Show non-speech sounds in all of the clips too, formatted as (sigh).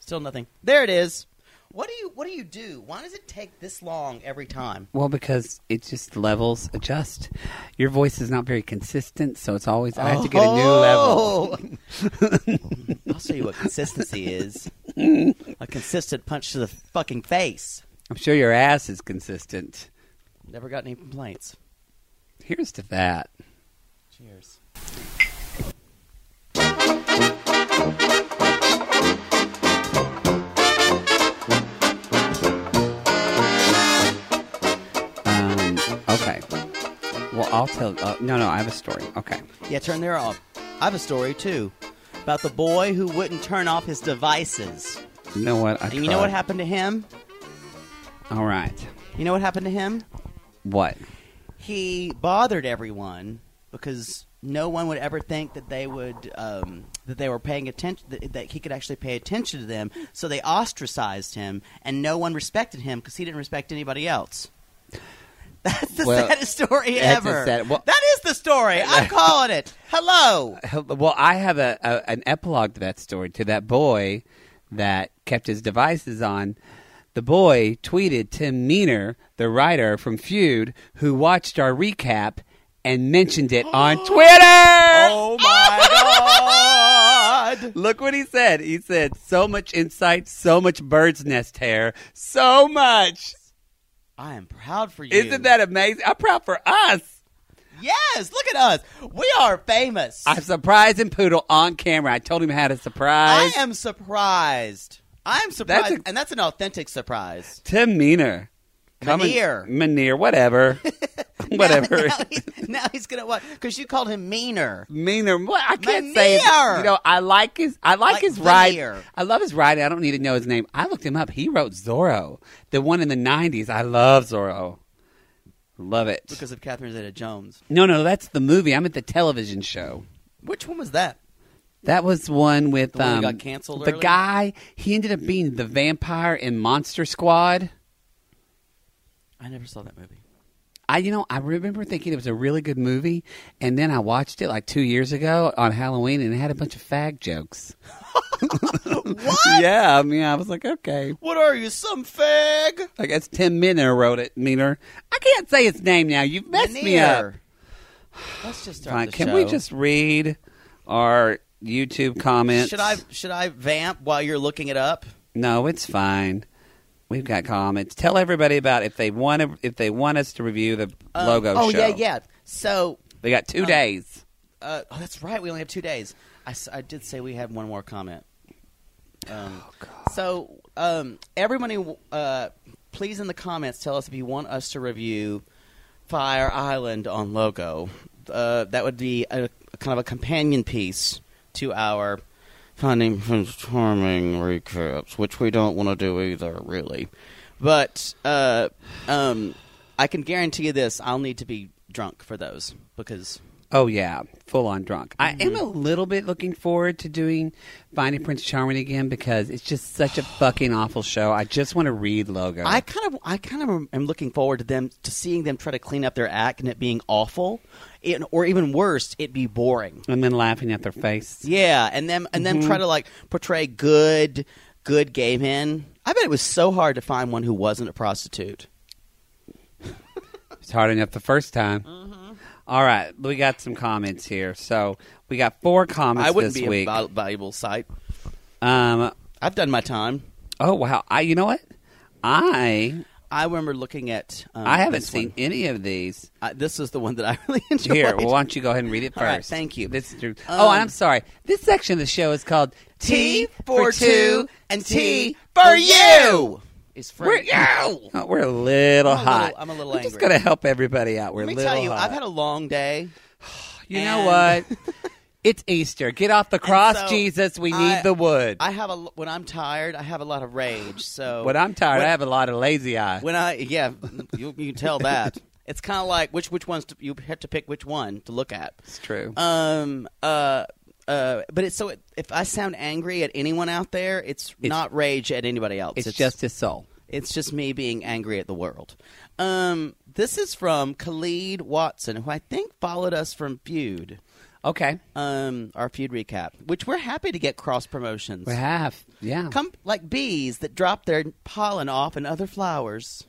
Still nothing. There it is. What do you What do you do? Why does it take this long every time? Well, because it just levels adjust. Your voice is not very consistent, so it's always I have to get a new level. Oh. (laughs) I'll show you what consistency (laughs) is. a consistent punch to the fucking face. I'm sure your ass is consistent. Never got any complaints. Here's to that. Cheers. Um, okay. Well, I'll tell. Uh, no, no, I have a story. Okay. Yeah, turn there off. I have a story too about the boy who wouldn't turn off his devices. You know what? I And you know what tried. happened to him? All right. You know what happened to him? What? he bothered everyone because no one would ever think that they would um, that they were paying attention that, that he could actually pay attention to them so they ostracized him and no one respected him because he didn't respect anybody else (laughs) that's the Well, saddest story that's a ever sad- well- that is the story (laughs) i'm calling it hello Well, I have a, a an epilogue to that story. To that boy that kept his devices on. The boy tweeted Tim Meaner, the writer from Feud, who watched our recap and mentioned it (gasps) on Twitter. oh my god (laughs) Look what he said. He said, "So much insight, so much bird's nest hair, so much." i am proud for you Isn't that amazing? I'm proud for us. yes look at us we are famous I'm surprising Poodle on camera. I told him how to I surprise am surprised. I'm surprised, That's a- and that's an authentic surprise. (laughs) Tim Meaner. Coming- Meneer. (laughs) Meneer, whatever. (laughs) whatever. Now he's, now he's gonna what? Because you called him meaner. Meaner, what? I can't say. Meneer. It. You know, I like his. I like, Like his ride. veneer. I love his ride. I don't need to know his name. I looked him up. He wrote Zorro, the one in the '90s. I love Zorro. Love it. Because of Catherine Zeta-Jones. no, no, that's the movie. I'm at the television show. Which one was that? That was one with The one um, that got canceled The early? guy he ended up being the vampire in Monster Squad. I never saw that movie. I, you know, I remember thinking it was a really good movie, and then I watched it like two years ago on Halloween, and it had a bunch of (laughs) fag jokes. what? (laughs) Yeah, I mean, I was like, okay, What are you, some fag? I guess Tim Minner wrote it. Minner, I can't say his name now. You've messed me up. Meneer. Let's just start Fine. the Can show. we just read our YouTube comments? Should I should I vamp while you're looking it up? No, it's fine. We've got comments. Tell everybody about if they want to, if they want us to review the Um, logo. Oh show. yeah, yeah. So, They got two days. uh, oh, that's right. We only have two days. I, s- I did say we have one more comment. Um, So, um, everybody, uh, please in the comments tell us if you want us to review Fire Island on Logo. Uh, that would be a, kind of a companion piece to our Finding Charming recaps, which we don't want to do either, really. But uh, um, I can guarantee you this I'll need to be drunk for those because. Oh yeah, full on drunk. I Mm-hmm. am a little bit looking forward to doing Finding Prince Charming again because it's just such a fucking awful show. I just want to read logo. I kind of, I kind of am looking forward to them to seeing them try to clean up their act and it being awful, it, or even worse, it be boring. and then laughing at their face. Yeah, and them and them Mm-hmm. try to like portray good, good gay men. I bet it was so hard to find one who wasn't a prostitute. It's hard enough the first time. Mm-hmm. All right, we got some comments here. So we got four comments I wouldn't this be week. a val- valuable site. um, I've done my time. oh wow, I you know what? I I remember looking at. Um, I haven't this seen One. any of these. I, this is the one that I (laughs) really enjoyed. Here, well, why don't you go ahead and read it first? All right, thank you. This is true. oh, Um, and I'm sorry. This section of the show is called T T for two and T for you is We're, free. (laughs) Oh, we're a little I'm a little- hot. I'm a little We're just angry. gonna help everybody out. We're Let a me little tell you, hot. I've had a long day. you and- know (laughs) what? it's Easter. Get off the cross, so Jesus. We I- need the wood. I have a when I'm tired, I have a lot of rage. So (sighs) when I'm tired, when, I have a lot of lazy eye. when I yeah, you, you can tell that it's kind of like which which ones to, you have to pick which one to look at. it's true. Um uh. Uh, but it's so if I sound angry at anyone out there, it's, not rage at anybody else. it's, just his soul. it's just me being angry at the world. Um, this is from Khalid Watson, who I think followed us from Feud. Okay. um, our feud recap, which we're happy to get cross promotions. We have. Yeah. Come like bees that drop their pollen off and other flowers,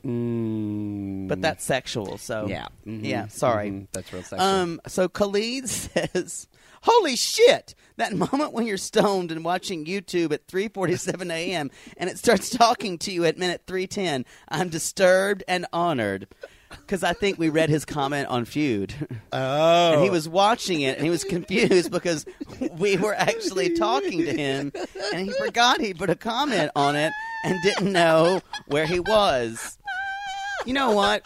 Mm, but that's sexual. So Yeah. Mhm. yeah. Sorry, Mhm. That's real sexual. Um, so Khalid (laughs) says, "Holy shit! That moment when you're stoned and watching YouTube at 3:47 a.m. and it starts talking to you at minute 3:10. I'm disturbed and honored because I think we read his comment on Feud, (laughs) oh. and he was watching it and he was confused because we were actually talking to him, and he forgot he put a comment on it and didn't know where he was. You know what?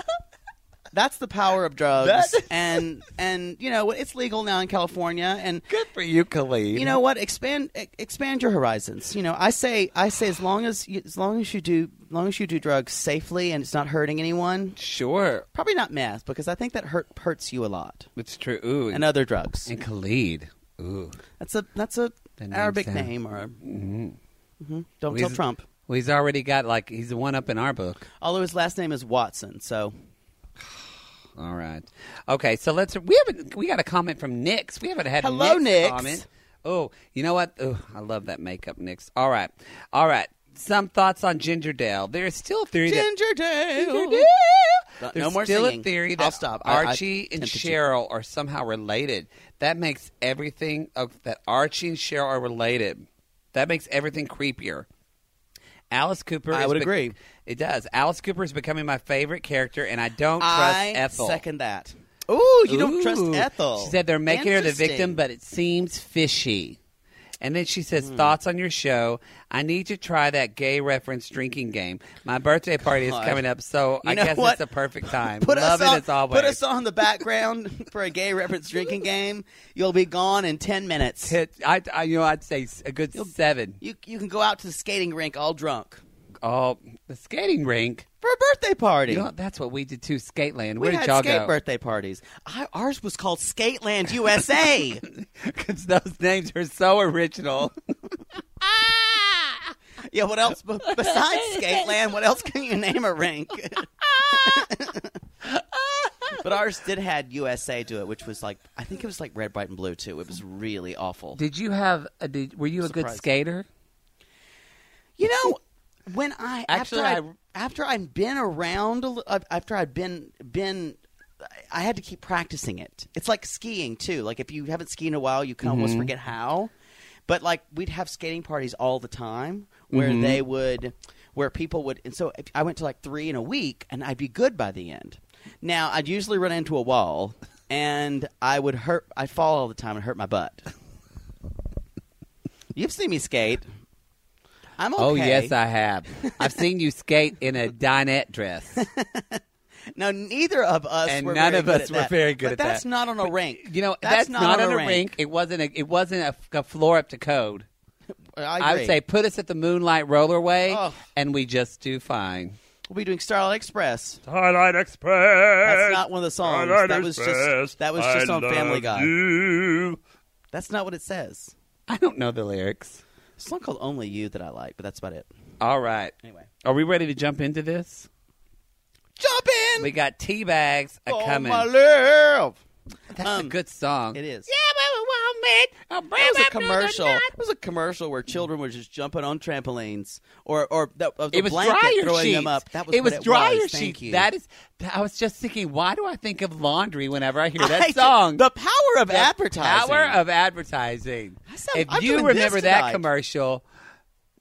That's the power of drugs, That- and and you know it's legal now in California, and good for you, Khalid. you know what? Expand e- expand your horizons. You know, I say I say as long as you, as long as you do as long as you do drugs safely and it's not hurting anyone. Sure. Probably not meth because I think that hurt hurts you a lot, It's true. Ooh. and other drugs. and uh, Khalid. Ooh. That's a that's a The name's Arabic down. name or a- Mm. mhm. don't Well, tell he's- Trump. Well, he's already got like he's the one up in our book. Although his last name is Watson, so All right. Okay, so let's we haven't we got a comment from Nix. We haven't had Hello, Nix. comment. Oh, you know what? Oh, I love that makeup, Nix. All right. All right. Some thoughts on Gingerdale. There is still a theory that Ginger Dale. Gingerdale. No- There's no more still singing. a theory that I'll stop. I- I Archie and tempted you. Cheryl are somehow related. That makes everything of, that Archie and Cheryl are related. That makes everything creepier. Alice Cooper. I is would agree. It does. Alice Cooper is becoming my favorite character, and I don't I trust Ethel. second that. Ooh, you don't trust Ooh. Ethel. She said they're making her the victim, Interesting. but it seems fishy. And then she says, "Thoughts on your show? I need to try that gay reference drinking game. My birthday party God. is coming up, so You I know guess what? it's the perfect time. Put Love us on, it as always. Put us on the background (laughs) for a gay reference drinking game. You'll be gone in ten minutes. Hit- I, I- you know, I'd say s- a good seven. You you can go out to the skating rink all drunk Oh, the skating rink. for a birthday party. You know, what? that's what we did too. Skateland. we Where had did y'all skate go? birthday parties. I, ours was called Skateland (laughs) USA. Because those names are so original. yeah, what else b- besides Skateland? What else can you name a rink? (laughs) but ours did had USA to it, which was like I think it was like red, white, and blue too. It was really awful. did you have? A, did, were you a good Surprised. skater? You know, when I Actually, after I- I, after I'd been around, a li- after I'd been been, I had to keep practicing it. It's like skiing too. Like if you haven't skied in a while, you can almost Mm-hmm. forget how. But like we'd have skating parties all the time where Mm-hmm. they would, where people would, and so if- I went to like three in a week, and I'd be good by the end. Now I'd usually run into a wall, and I would hurt. I would fall all the time and hurt my butt. You've seen me skate. I'm okay. Oh yes, I have. I've seen you skate in a dinette dress. No, neither of us And were none very of good us at were that. very good but at that's that. not on a rink. You know, that's, not, on a rink. It wasn't a. It wasn't a, a floor up to code. I, I, agree. would say put us at the Moonlight Rollerway, Oh. and we just do fine. we'll be doing Starlight Express. Starlight Express. That's not one of the songs. Starlight that was Express, just that was just I on Family love Guy. you. That's not what it says. I don't know the lyrics. It's a song called Only You that I like, but that's about it. All right, Anyway, are we ready to jump into this? jump in. We got tea bags a oh, coming. my love. That's a um, good song. It is. Yeah, It was a commercial. It was a commercial where children were just jumping on trampolines, or or the, of the It was blanket dryer throwing sheets. them up. That was it what was it dryer was. sheets. Thank you. That is. th- I was just thinking, why do I think of laundry whenever (laughs) I hear that (laughs) I- song? The power of The advertising. Power of advertising. I sound- if I'm you doing this remember that tonight. commercial,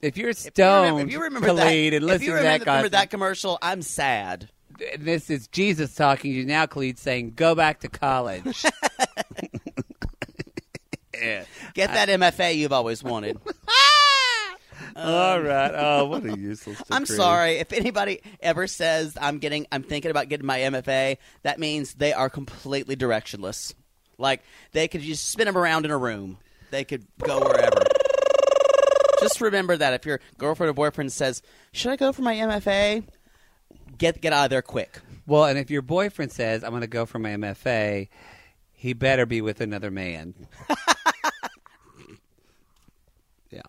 if you're If you remember- stoned, if you remember Khalid, that, and if listen you to remember, that remember gospel, that commercial, I'm sad. this is Jesus talking to you now, Khalid, saying, "Go back (laughs) to college." (laughs) Yeah. Get that MFA you've always (laughs) wanted. All right. Oh, what a useless. Ah! Um, I'm decree. sorry if anybody ever says I'm getting, I'm thinking about getting my MFA. That means they are completely directionless. Like they could just spin them around in a room. They could go wherever. Just remember that if your girlfriend or boyfriend says, "Should I go for my MFA?" Get get out of there quick. Well, and if your boyfriend says, "I'm going to go for my MFA," he better be with (laughs) another man. yeah.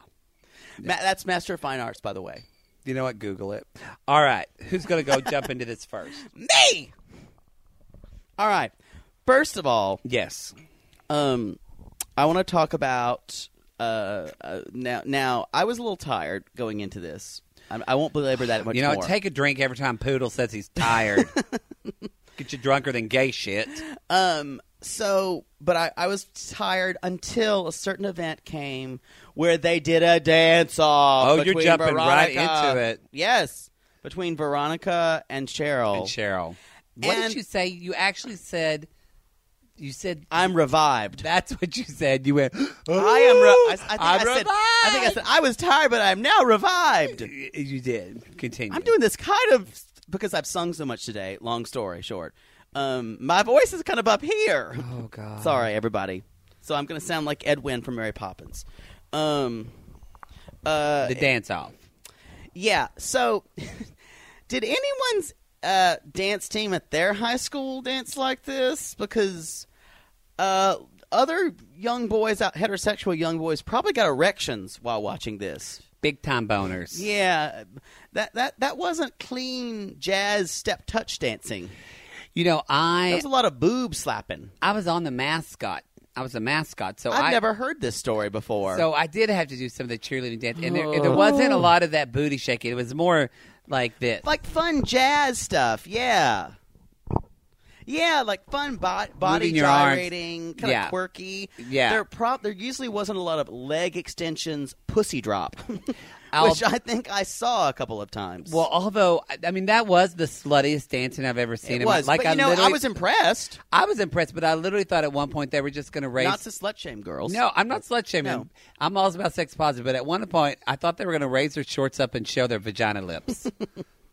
Ma- that's Master of Fine Arts, by the way. You know what? Google it. All right. Who's going (laughs) to go jump into this first? Me. All right. First of all, Yes. um, I want to talk about uh, uh, now. Now, I was a little tired going into this. I, I won't belabor that much. you know, more. take a drink every time Poodle says he's (laughs) tired. Get you drunker than gay shit. Um. So, but I, I was tired until a certain event came where they did a dance off. Oh, you're jumping right into it. Yes, between Veronica and Cheryl. And Cheryl, what And- did you say? You actually said, you said I'm revived. that's what you said. You went, "Oh, I am. Re- I, I think I'm I said, revived. I think I said I was tired, but I'm now revived. You did. Continue. I'm doing this kind of because I've sung so much today. Long story short, um, my voice is kind of up here. Oh God. Sorry, everybody. So I'm going to sound like Ed Wynn from Mary Poppins. Um, uh, the dance off. yeah. So, (laughs) did anyone's uh, dance team at their high school dance like this? Because uh, other young boys, out heterosexual young boys, probably got erections while watching this. Big time boners. Yeah, that that that wasn't clean jazz step touch dancing. You know, That I was a lot of boob slapping. I was on the mascot. I was a mascot, so I've I never heard this story before. so I did have to do some of the cheerleading dance, and there, Oh. there wasn't a lot of that booty shaking. It was more like this. like fun jazz stuff, yeah. Yeah, like fun body, body Moving your arms. gyrating, kind of Yeah. quirky. Yeah. there pro- there usually wasn't a lot of leg extensions, pussy drop, (laughs) I'll- which I think I saw a couple of times. well, although I- I mean that was the sluttiest dancing I've ever seen. it in my- was, like but, you know, I literally- was impressed. I was impressed, but I literally thought at one point they were just going to raise. Not to slut shame girls. no, I'm not slut shaming. No. I'm all about sex positive, but at one point I thought they were going to raise their shorts up and show their (laughs) vagina lips,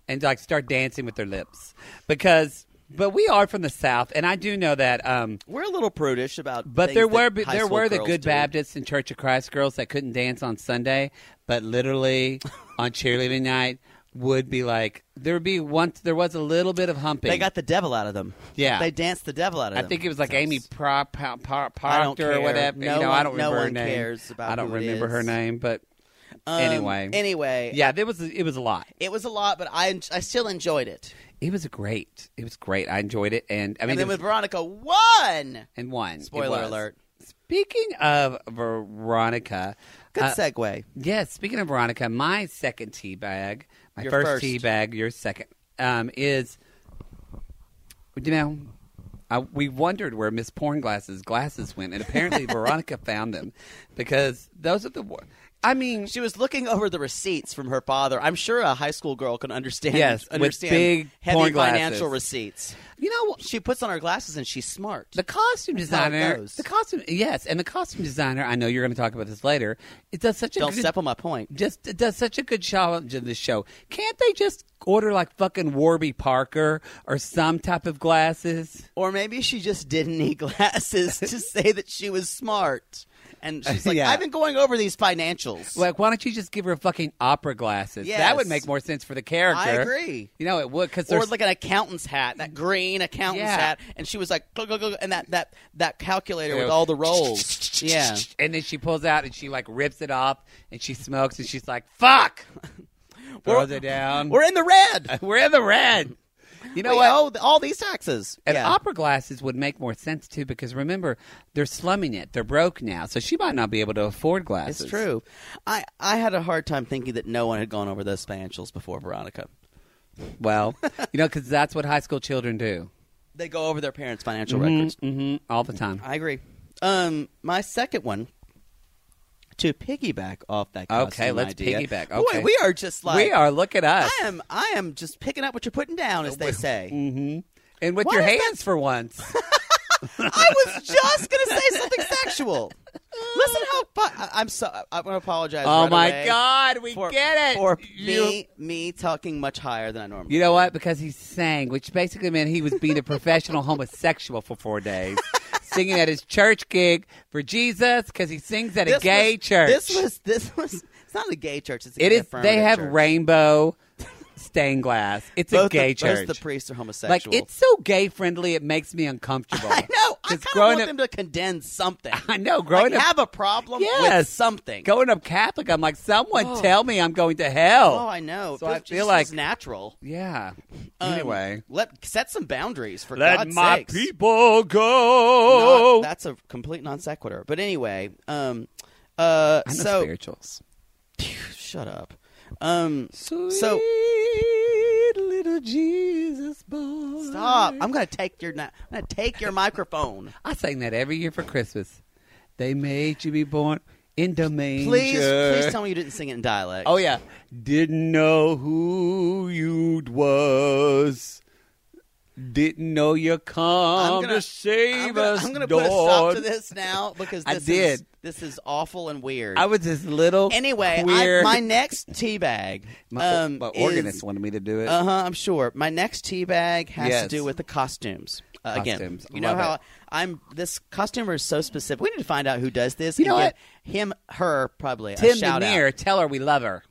and like start dancing with their lips because. But we are from the south, and I do know that. Um, we're a little prudish about. But things there that were high there school were the girls good do. Baptists and Church of Christ girls that couldn't dance on Sunday, (laughs) but literally on cheerleading night would be like there would be once there was a little bit of humping. They got the devil out of them. Yeah. they danced the devil out of I them. think it was like Amy Pro, Pro, Pro, I don't Proctor or care. whatever. No you know, one- I don't no remember her one name. cares about I don't who it remember is. her name, but Um, anyway, Anyway, yeah, there was it was a lot. it was a lot, but I I still enjoyed it. It was great. It was great. I enjoyed it, and I and mean, there then was- with Veronica, one and one It spoiler was. alert. Speaking of Veronica, Good uh, segue. Yes, speaking of Veronica, my second tea bag, my Your first, first. tea bag, your second, um, is, you know, I, we wondered where Miss Pornglass's glasses went, (laughs) and apparently Veronica found them because those are the. wor- I mean, She was looking over the receipts from her father. I'm sure a high school girl can understand. Yes, with understand big heavy porn glasses. financial receipts. you know, She puts on her glasses and she's smart. The (laughs) costume That's how it designer, goes. the costume, yes, and the costume designer. I know you're going to talk about this later. It does such a Don't good, step on my point. just it does such a good challenge in this show. Can't they just order like fucking Warby Parker or some type of glasses? Or maybe she just didn't need (laughs) glasses (laughs) to say that she was smart. And she's like, Yeah. I've been going over these financials. Like, why don't you just give her fucking opera glasses? Yes. That would make more sense for the character. I agree. You know, it would because or there's like an accountant's hat, that green accountant's Yeah. hat, and she was like, "Glug, glug, glug," and that that that calculator Yeah. with all the rolls. (laughs) yeah, and then she pulls out and she like rips it off and she smokes and she's like, "Fuck!" (laughs) Throws it down. we're in the red. We're in the red. You know We what? owe th- all these taxes. And yeah. opera glasses would make more sense too, because remember they're slumming it; they're broke now, so she might not be able to afford glasses. it's true. I I had a hard time thinking that no one had gone over those financials before Veronica. Well, (laughs) you know, because that's what high school children do They go over their parents' financial records. Mhm, all the time. I agree. Um, my second one. To piggyback off that Okay, costume let's idea. piggyback. Boy, Okay. we are just like we are. Look at us, I am. I am just picking up what you're putting down, (laughs) as they say. and with Why your is that- hands (laughs) for once. I was just going to say something sexual. Listen how fu- I- I'm so I'm going to apologize. oh right my away God, we for, get it. for You- me me talking much higher than I normally. You know what? Because he sang, which basically meant he was being a professional (laughs) homosexual for four days, singing at his church gig for Jesus, because he sings at do. a gay was, church. This was this was. It's not a gay church. It's a It gay is. They affirmative have church. rainbow stained glass. It's Both a gay the, church. Both the priests are like homosexual. it's so gay friendly, it makes me uncomfortable. (laughs) I know. I kind Because of growing want up- them to condense something. (laughs) I know. Growing like, up, have a problem with Yes. something. going up Catholic, I'm like, someone Oh. tell me I'm going to hell. Oh, I know. So I It feel just like- is natural. yeah. Um, anyway, let set some boundaries for Let God's my sakes. people Not- Oh. go. that's a complete non sequitur. But anyway, um, uh, I know so spirituals. shut up. Um, Sweet So- little Jesus boy. stop. I'm gonna take your. na- I'm gonna take your microphone. I sing that every year for Christmas. They made you be born in the manger. Please, please tell me you didn't sing it in dialect. Oh yeah, didn't know who you was. Didn't know you come gonna- to save I'm gonna, us, I'm gonna put a stop to Lord. this now because (laughs) I this Is, did. this is awful and weird. I was this little anyway, I, queer. my next tea bag. my, um, my is- organist wanted me to do it. Uh huh. I'm sure. My next tea bag has to Yes. do with the costumes. Uh, again, Costumes. you know Love how it. I'm. This costumer is so specific. We need to find out who does this. You and know give Him, her, probably. a Tim shout Minear, out. tell her we love her.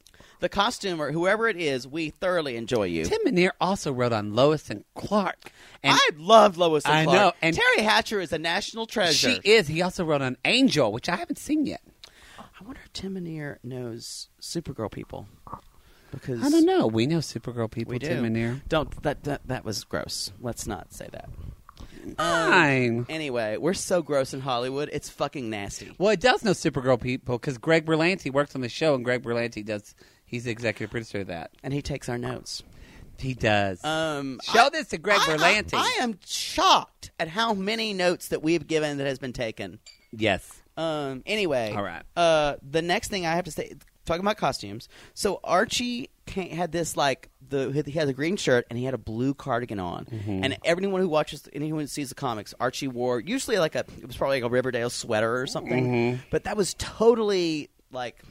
The costumer, whoever it is, we thoroughly enjoy you. Tim Minear also wrote on Lois and Clark, and I love Lois and I Clark. know, and- Terry Hatcher is a national treasure. she is. He also wrote on Angel, which I haven't seen yet. I wonder if Tim Minear knows Supergirl people. Because I don't know. We know Supergirl people. We Tim do. Minear. Don't that, that that was gross. Let's not say that. Um, Fine. Anyway, we're so gross in Hollywood. It's fucking nasty. Well, it does know Supergirl people because Greg Berlanti works on the show, and Greg Berlanti does. He's the executive producer of that. And he takes our notes. He does. Um, Show I- this to Greg I- I- Berlanti. I, am shocked at how many notes that we've given that has been taken. yes. Um, anyway, All right. Uh, the next thing I have to say, talking about costumes. So Archie can had this like the he had a green shirt and he had a blue cardigan on, and everyone who watches anyone who sees the comics, Archie wore usually like a it was probably like a Riverdale sweater or something, but that was totally like.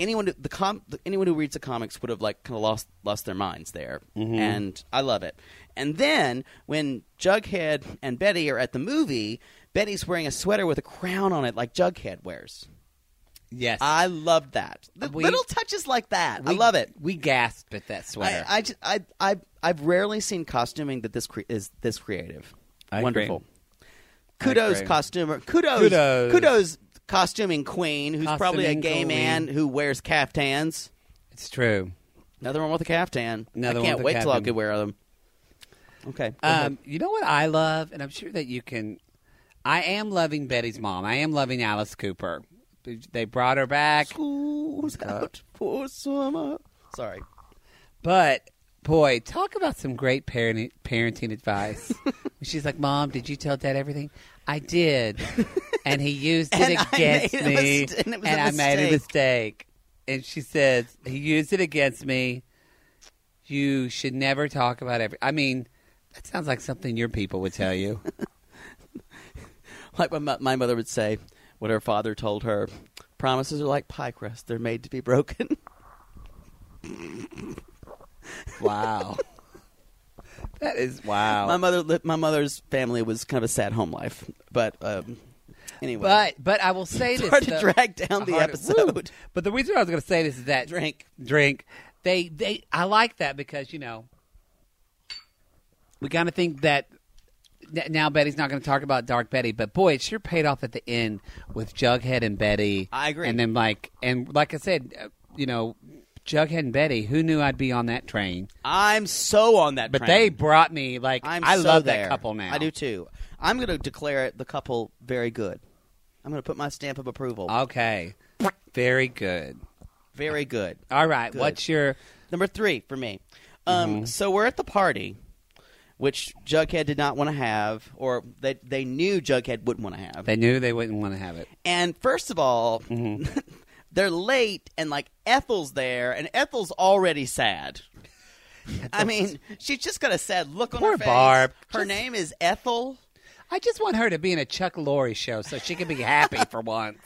Anyone who- the com the, anyone who reads the comics would have like kind of lost lost their minds there, and I love it. And then when Jughead and Betty are at the movie, Betty's wearing a sweater with a crown on it, like Jughead wears. Yes. I love that. The We- little touches like that. I We- love it. We gasped at that I, sweater. I, just, I, I, I've rarely seen costuming that this cre- is this creative. I agree. Wonderful. I Kudos, agree. costumer. Kudos, Kudos. kudos, costuming queen, who's probably a Costuming gay queen. man who wears caftans. it's true. Another one with a caftan. Nothing I wrong can't with a wait till I caftan. could wear them. Okay. go ahead. Um, you know what I love, and I'm sure that you can. I am loving Betty's mom. I am loving Alice Cooper. They brought her back, School's out uh, for summer. Sorry. but boy, talk about some great parenting parenting advice. (laughs) She's like, "Mom, did you tell Dad everything?" I did, and he used (laughs) it And I against made a me, mist- and it was a and I made mistake. a mistake. And she says, "He used it against me. You should never talk about every." I mean, that sounds like something your people would tell you. Like my, my mother would say, what her father told her promises are like pie crust, they're made to be broken. (laughs) (laughs) Wow. that is wow. my mother, li- my mother's family was kind of a sad home life, but um, anyway, but but I will say it's this hard to though- drag down the hard- episode. woo. (laughs) But the reason I was going to say this is that Drink. drink. They they I like that because you know we kind of think that n- now Betty's not going to talk about Dark Betty, but boy, it sure paid off at the end with Jughead and Betty. I agree. And then like and like I said, uh, you know, Jughead and Betty. Who knew I'd be on that train? I'm so on that. But train. they brought me like I'm I so love there. that couple now. I do too. I'm going to declare it the couple very good. I'm going to put my stamp of approval. Uh, Okay. Very good. very good. All right. Good. What's your Number three for me. Um, Mm-hmm. So we're at the party, which Jughead did not want to have, or they they knew Jughead wouldn't want to have. They knew they wouldn't want to have it. And first of all, Mm-hmm. (laughs) they're late, and like Ethel's there, and Ethel's already sad. I mean, she's just got a sad look on Poor her face. Barb. Her Just- name is Ethel. I just want her to be in a Chuck Lorre show so she can be happy (laughs) for once.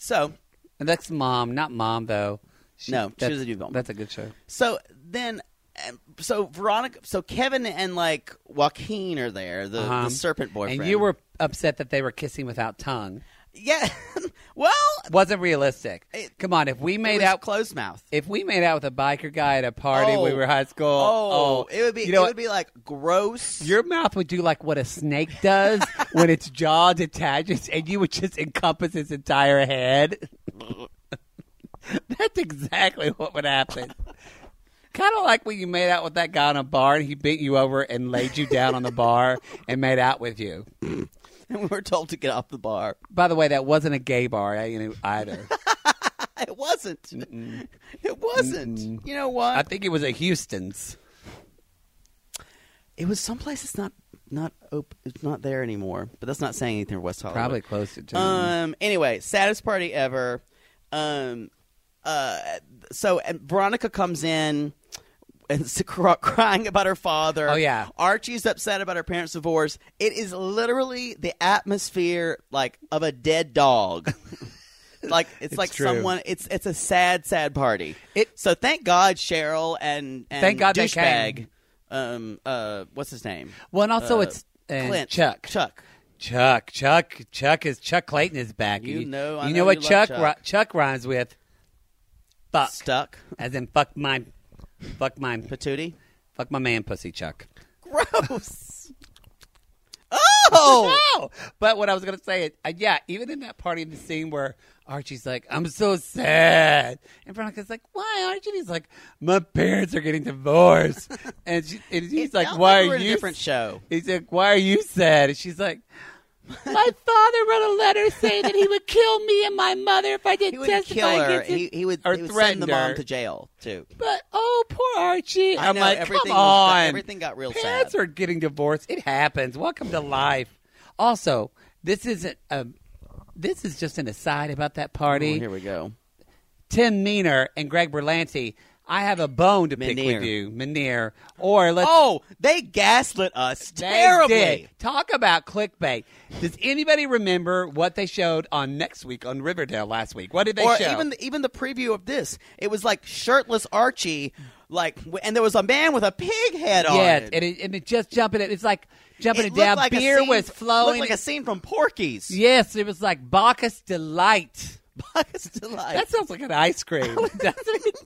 So, And that's mom, not mom though. She, No, she that's- was a new mom. That's a good show. so then, um, so Veronica, so Kevin and like Joaquin are there, the, Uh-huh. the serpent boyfriend. And you were upset that they were kissing without tongue. yeah. (laughs) well, Wasn't realistic. It- Come on, if we it made was out closed mouth. if we made out with a biker guy at a party when Oh. we were high school, oh, it would be. You know it what? would be like gross. (laughs) Your mouth would do like what a snake does when its jaw detaches, and you would just encompass its entire head. (laughs) That's exactly what would happen. Kind of like when you made out with that guy on a bar, and he bent you over and laid you down on the bar and made out with you. and we were told to get off the bar. By the way, that wasn't a gay bar I- you know, either. It wasn't. It wasn't. You know what? I think it was a Houston's. it was someplace that's not not op- it's not there anymore. But that's not saying anything for West Hollywood. Probably close to. Um. Anyway, saddest party ever. Um. Uh. So and Veronica comes in and (laughs) is cr- crying about her father. Oh, yeah. Archie's upset about her parents' divorce. It is literally the atmosphere like of a dead (laughs) dog. like it's, like true. someone. It's it's a sad, sad party. It- So thank God Cheryl and, and Thank God they douchebag. came. Um. Uh. What's his name? well, and also uh, it's and Clint. Chuck. Chuck. Chuck, Chuck, Chuck is Chuck Clayton is back. You know, I you know what you love Chuck Chuck. ri- Chuck rhymes with fuck, Stuck. as in fuck my, fuck my, Patootie. fuck my man, pussy Chuck. (laughs) Gross. oh, No, but what I was gonna say is, uh, yeah, even in that party in the scene where Archie's like, "I'm so sad," and Veronica's like, "Why, Archie?" And he's like, "My parents are getting (laughs) divorced," and, she, and he's It like, felt "Why like we were are in a you?" different show. He's like, "Why are you sad?" And she's like. My father wrote a letter saying that he would kill me and my mother if I he didn't would not kill testify her. against his He, he would, or he would send the threatened her. mom to jail too. But oh, poor Archie! I I'm know, like, everything come was- on. everything got real Parents sad. are getting divorced. It happens. Welcome to life. Also, this isn't a. This is just an aside about that Oh, party. here we go. Tim Meaner and Greg Berlanti. I have a bone to pick Meneer. with you, Meneer. Or let's Oh, they gaslit us they terribly. did. Talk about clickbait. Does anybody remember what they showed on next week on Riverdale last week? What did they or show? even the, even the preview of this, it was like shirtless Archie, like, w- and there was a man with a pig head on. yeah, it. and it, and it just jumping it. It's like jumping it, looked down. like a Beer scene- was flowing. Looked like a scene from Porky's. (laughs) Yes, it was like Bacchus Delight. Bugs to life. That sounds like an (laughs) ice cream. doesn't it?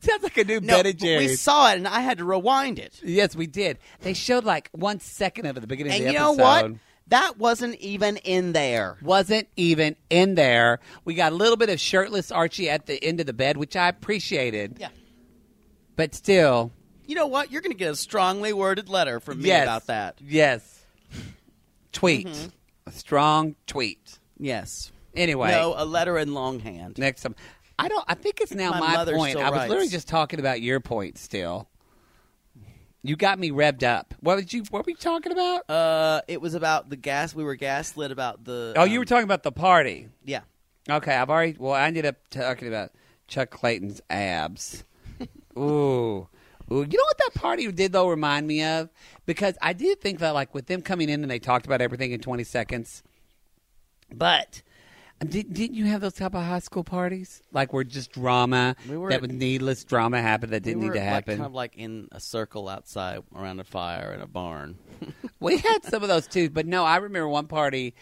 Sounds like a new no, Ben and we Jerry's. saw it, and I had to rewind it. yes, we did. They showed like one second of it at the beginning And of you the know episode. what? That wasn't even in there. Wasn't even in there. We got a little bit of shirtless Archie at the end of the bed, which I appreciated. Yeah. But still, You know what? You're going to get a strongly worded letter from me yes, about that. Yes. Tweet. A strong tweet. Yes. Anyway. No, a letter in longhand. next time. I don't. I think it's now My my, mother point. still I was literally writes. just talking about your point. Still, you got me revved up. What did you? What were you talking about? Uh, it was about the gas. We were gaslit about the. oh, you um, were talking about the party. Yeah. Okay, I've already. Well, I ended up talking about Chuck Clayton's (laughs) abs. Ooh. Ooh, you know what that party did though remind me of? Because I did think that like with them coming in and they talked about everything in twenty seconds. But did, didn't you have those type of high school parties like where just drama We were- that was needless drama happened that didn't We need to were, like, happen? kind of like in a circle outside around a fire in a barn. We had some of those too, but no, I remember one party.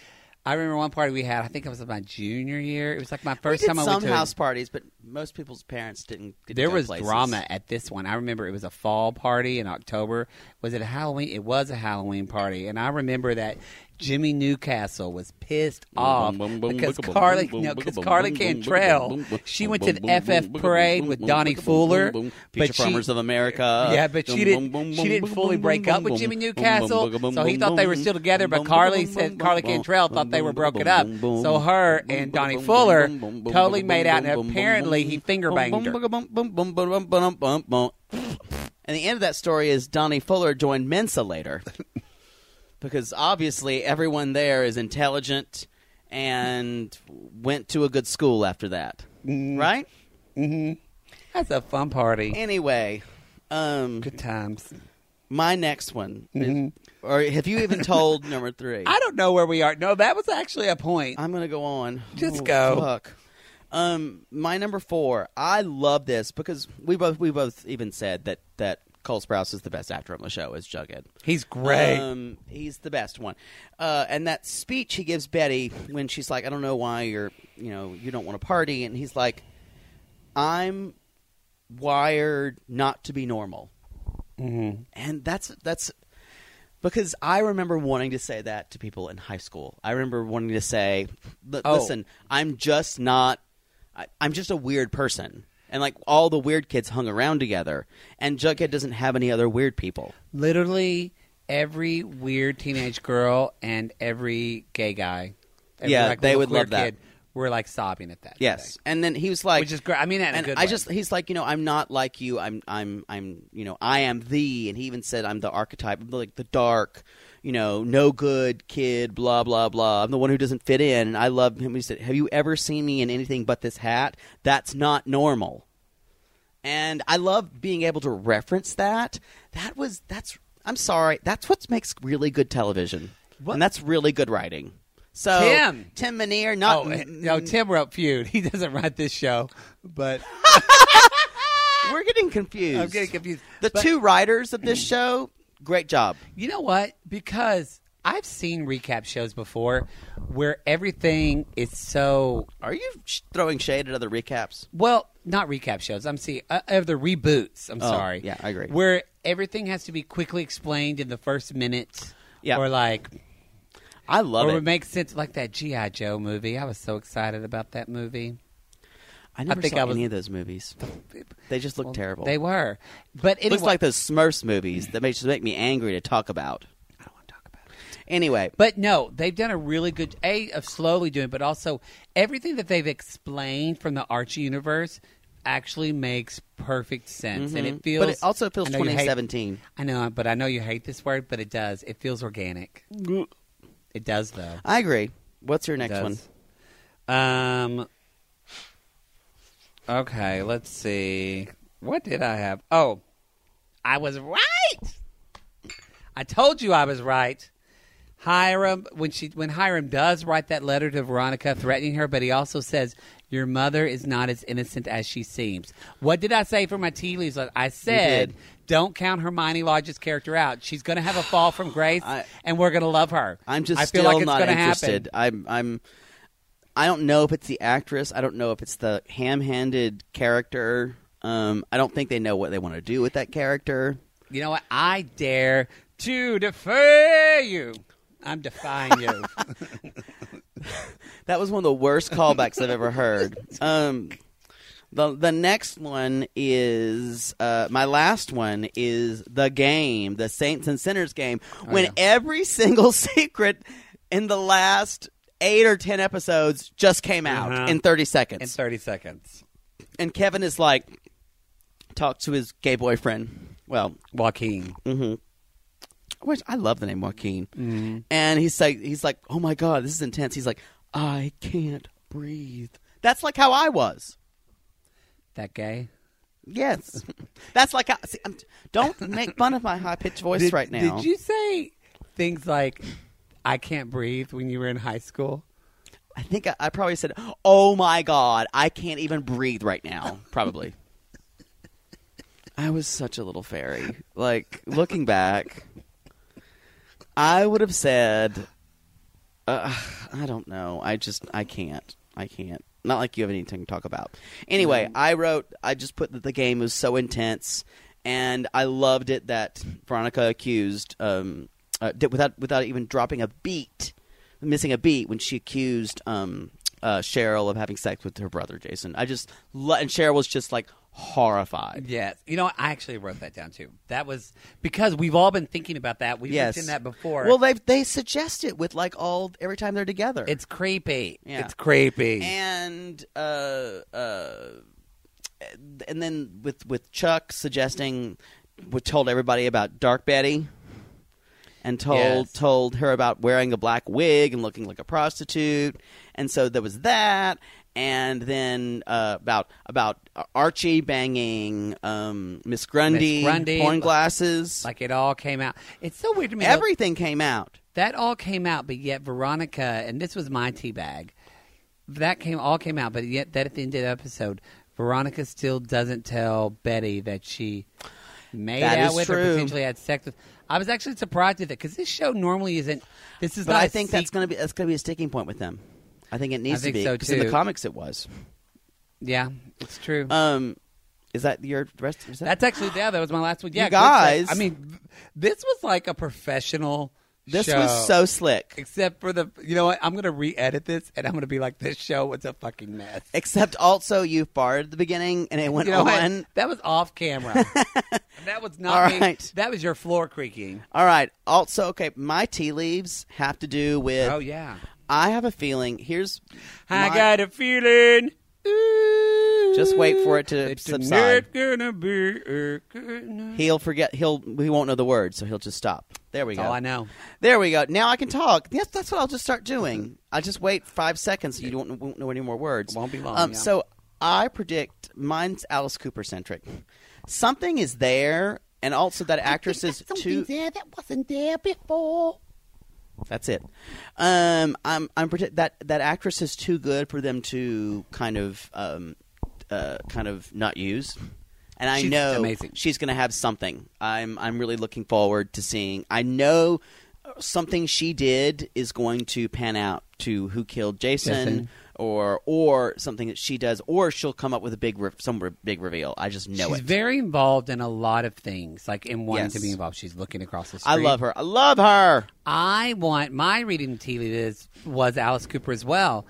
I remember one party we had. I think it was my junior year. It was like my first we did time I some went to. a- house parties, but most people's parents didn't. Get to there go was places. drama at this one. I remember it was a fall party in October. Was it a Halloween? It was a Halloween party, and I remember that Jimmy Newcastle was pissed off boom, boom, because boom, boom, Carly, boom, no, boom, because boom, Carly boom, boom, Cantrell, boom, boom, she boom, went to boom, the boom, FF boom, boom, parade boom, with boom, boom, Donnie boom, Fuller, boom, boom. Future but she, Farmers of America. yeah, but she didn't. She didn't fully break up with Jimmy Newcastle, so he thought they were still together. But Carly said Carly Cantrell thought they were broken up. So her and Donnie Fuller totally made out, and apparently he finger banged her. And the end of that story is Donnie Fuller joined Mensa (laughs) later, because obviously everyone there is intelligent and went to a good school after that, Mm. right? That's a fun party. Anyway, um, Good times. my next one, is- or have you even told (laughs) number three? I don't know where we are. No, that was actually a point. I'm gonna go on. Just Oh, go. Fuck. Um, my number four. I love this because we both we both even said that that Cole Sprouse is the best actor on the show as Jughead. He's great. Um, he's the best one. Uh, and that speech he gives Betty when she's like, "I don't know why you're, you know, you don't want to party," and he's like, "I'm wired not to be normal," mm-hmm. and that's that's because I remember wanting to say that to people in high school. I remember wanting to say, "Li- Oh. "Listen, I'm just not. I, I'm just a weird person." And like all the weird kids hung around together, and Jughead doesn't have any other weird people. Literally every weird teenage girl and every gay guy. every, Yeah, they little would queer love that. We're like sobbing at that. Yes, thing. and then he was like, which is great. I mean that in a and good I way. just he's like, you know, I'm not like you. I'm I'm I'm you know, I am the and he even said I'm the archetype, I'm like the dark, you know, no good kid, blah blah blah. I'm the one who doesn't fit in and I love him. He said, "Have you ever seen me in anything but this hat? That's not normal." And I love being able to reference that. That was that's I'm sorry, that's what makes really good television. And that's really good writing. So Tim. Tim Minear, not Oh, no, Tim wrote Feud. (laughs) He doesn't write this show, but we're getting confused. I'm getting confused. The But- two writers of (clears throat) this show, great job. You know what? Because I've seen recap shows before where everything is so Are you sh- throwing shade at other recaps? well, not recap shows. I'm seeing uh, of the reboots. I'm Oh, sorry. yeah, I agree. Where everything has to be quickly explained in the first minute. Yeah. Or like, I love or it makes sense like that GI Joe movie. I was so excited about that movie. I never think saw I was- any of those movies. They just look Well, terrible. They were, but it anyway, looks like those Smurfs movies that may just make me angry to talk about. I don't want to talk about. It. Anyway, But no, they've done a really good a of slowly doing, but also everything that they've explained from the Archie universe actually makes perfect sense, and it feels. mm-hmm. but it also feels I know you hate- 2017. I know, but I know you hate this word, but it does. It feels organic. It does, though. I agree. What's your It next one? does. Um. Okay, let's see. What did I have? Oh, I was right. I told you I was right. Hiram, when she, when Hiram does write that letter to Veronica threatening her, but he also says, "Your mother is not as innocent as she seems." What did I say for my tea leaves? I said, did. "Don't count Hermione Lodge's character out. She's going to have a fall from grace, (sighs) I- and we're going to love her." I'm just I feel still like it's not gonna interested. Happen. I'm I'm I don't know if it's the actress. I don't know if it's the ham-handed character. Um, I don't think they know what they want to do with that character. You know what? I dare to defy you. I'm defying (laughs) you. That was one of the worst callbacks I've ever heard. Um, the the next one is uh, my last one is the game, the Saints and Sinners game. when Oh, yeah. every single (laughs) secret in the last eight or ten episodes just came out Uh-huh. in thirty In seconds, 30 seconds. and Kevin is like, talk to his gay boyfriend. Well, mm-hmm. Joaquin. which I love the name Joaquin. Mm-hmm. And he's like, he's like, oh my god, this is intense. He's like, I can't breathe. That's like how I was. That gay? Yes, (laughs) that's like how, see, I'm, don't make fun of my high pitched voice Did- right now. Did you say things like, I can't breathe when you were in high school? I think I, I probably said, "Oh my god, I can't even breathe right now." Probably. I was such a little fairy. Like looking back, I would have said, uh, "I don't know. I just I can't. I can't." Not like you have anything to talk about. Anyway, I wrote. I just put that the game was so intense, and I loved it that Veronica accused um, uh, did, without without even dropping a beat, missing a beat when she accused um, uh, Cheryl of having sex with her brother Jason. I just lo- and Cheryl was just like horrified. Yes. You know, what? I actually wrote that down too. That was because we've all been thinking about that. We've yes, mentioned that before. Well, they they suggest it with like all every time they're together. it's creepy. Yeah. It's creepy. and uh, uh, and then with with Chuck suggesting, we told everybody about Dark Betty, and told Yes. told her about wearing a black wig and looking like a prostitute, and so there was that, and then uh, about about Archie banging um, Miss Grundy, Grundy, horn like- glasses, like it all came out. It's so weird to me. though. everything came out. that all came out, but yet Veronica, and this was my tea bag, that came all came out, but yet that at the end of the episode, Veronica still doesn't tell Betty that she made That out is with or true. potentially had sex with. I was actually surprised at that because this show normally isn't. This is But not. I a think sequ- that's gonna be that's gonna be a sticking point with them. I think it needs think to be so, 'cause in the too. comics it was. yeah, it's true. Um, is that your rest? Is that, that's actually yeah. That was my last one. Yeah, You good play. guys. I mean, this was like a professional. this show. was so slick. Except for the, you know what? I'm gonna re-edit this, and I'm gonna be like, "This show was a fucking mess." Except also you farted at the beginning and it went (laughs) You know what? on. That was (laughs) off camera. that was not All me. right. That was your floor creaking. All right. Also, okay, my tea leaves have to do with. Oh yeah. I have a feeling. Here's. I my- got a feeling. Ooh, Just wait for it to that tonight's subside. gonna be a good night. He'll forget. He'll he won't know the word, so he'll just stop. There we That's go. all Oh, I know. There we go. Now I can talk. Yes, that's what I'll just start doing. I just wait five seconds. So you don't won't know any more words. Won't be long, Um, yeah. So I predict mine's Alice Cooper centric. Something is there, and also that actress is too. there that wasn't there before. That's it. Um, I'm I'm predict- that that actress is too good for them to kind of um, uh, kind of not use. And I She's know amazing. she's going to have something. I'm I'm really looking forward to seeing. I know something she did is going to pan out to who killed Jason, Jason. or or something that she does, or she'll come up with a big re- some re- big reveal. I just know She's it. very involved in a lot of things, like in wanting Yes. to be involved. She's looking across the street. I love her. I love her. I want my reading tea leaf is was Alice Cooper as well.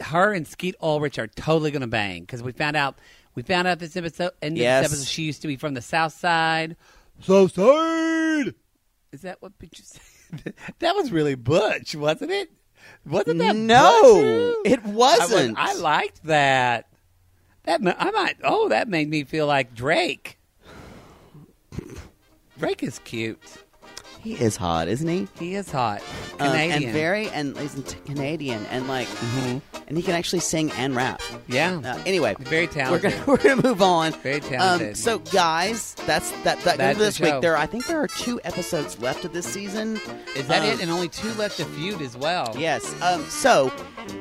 Her and Skeet Ulrich are totally going to bang because we found out we found out this episode and Yes. this episode she used to be from the South Side. So sad. Is that what bitches? said? (laughs) that was really Butch, wasn't it? Wasn't that No, Butch? it wasn't. I, was- I liked that. That ma- I might. Oh, that made me feel like Drake. Drake is cute. He is hot, isn't he? He is hot. Um, Canadian. and very and he's t- Canadian and like and he can actually sing and rap. yeah. Uh, anyway, Very talented. (laughs) We're gonna, we're gonna move on. Um, Very talented. so guys, that's that. that That's this the show. week there. I think there are two episodes left of this season. Is that Um, it? And only two left to feud as well. Yes. Um. So,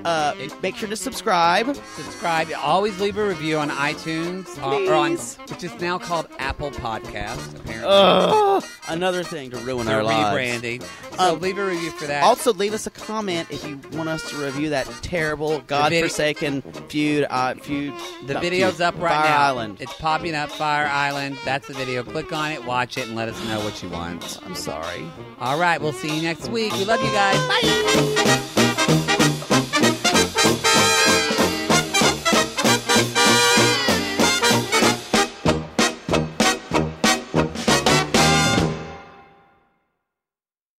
uh, make sure to subscribe. Subscribe. Always leave a review on iTunes uh, or on, Please. which is now called Apple Podcast. Apparently, Ugh, another thing to ruin They're our lives. rebranding. So Um, leave a review for that. Also, leave us a comment if you want us to review that terrible, godforsaken feud. Uh, feud. the not video's feud, up right Fire now. Island. It's popping up. Fire Island. That's the video. Click on it. Watch it and let us know what you want. I'm sorry. All right. We'll see you next week. We love you guys. Bye.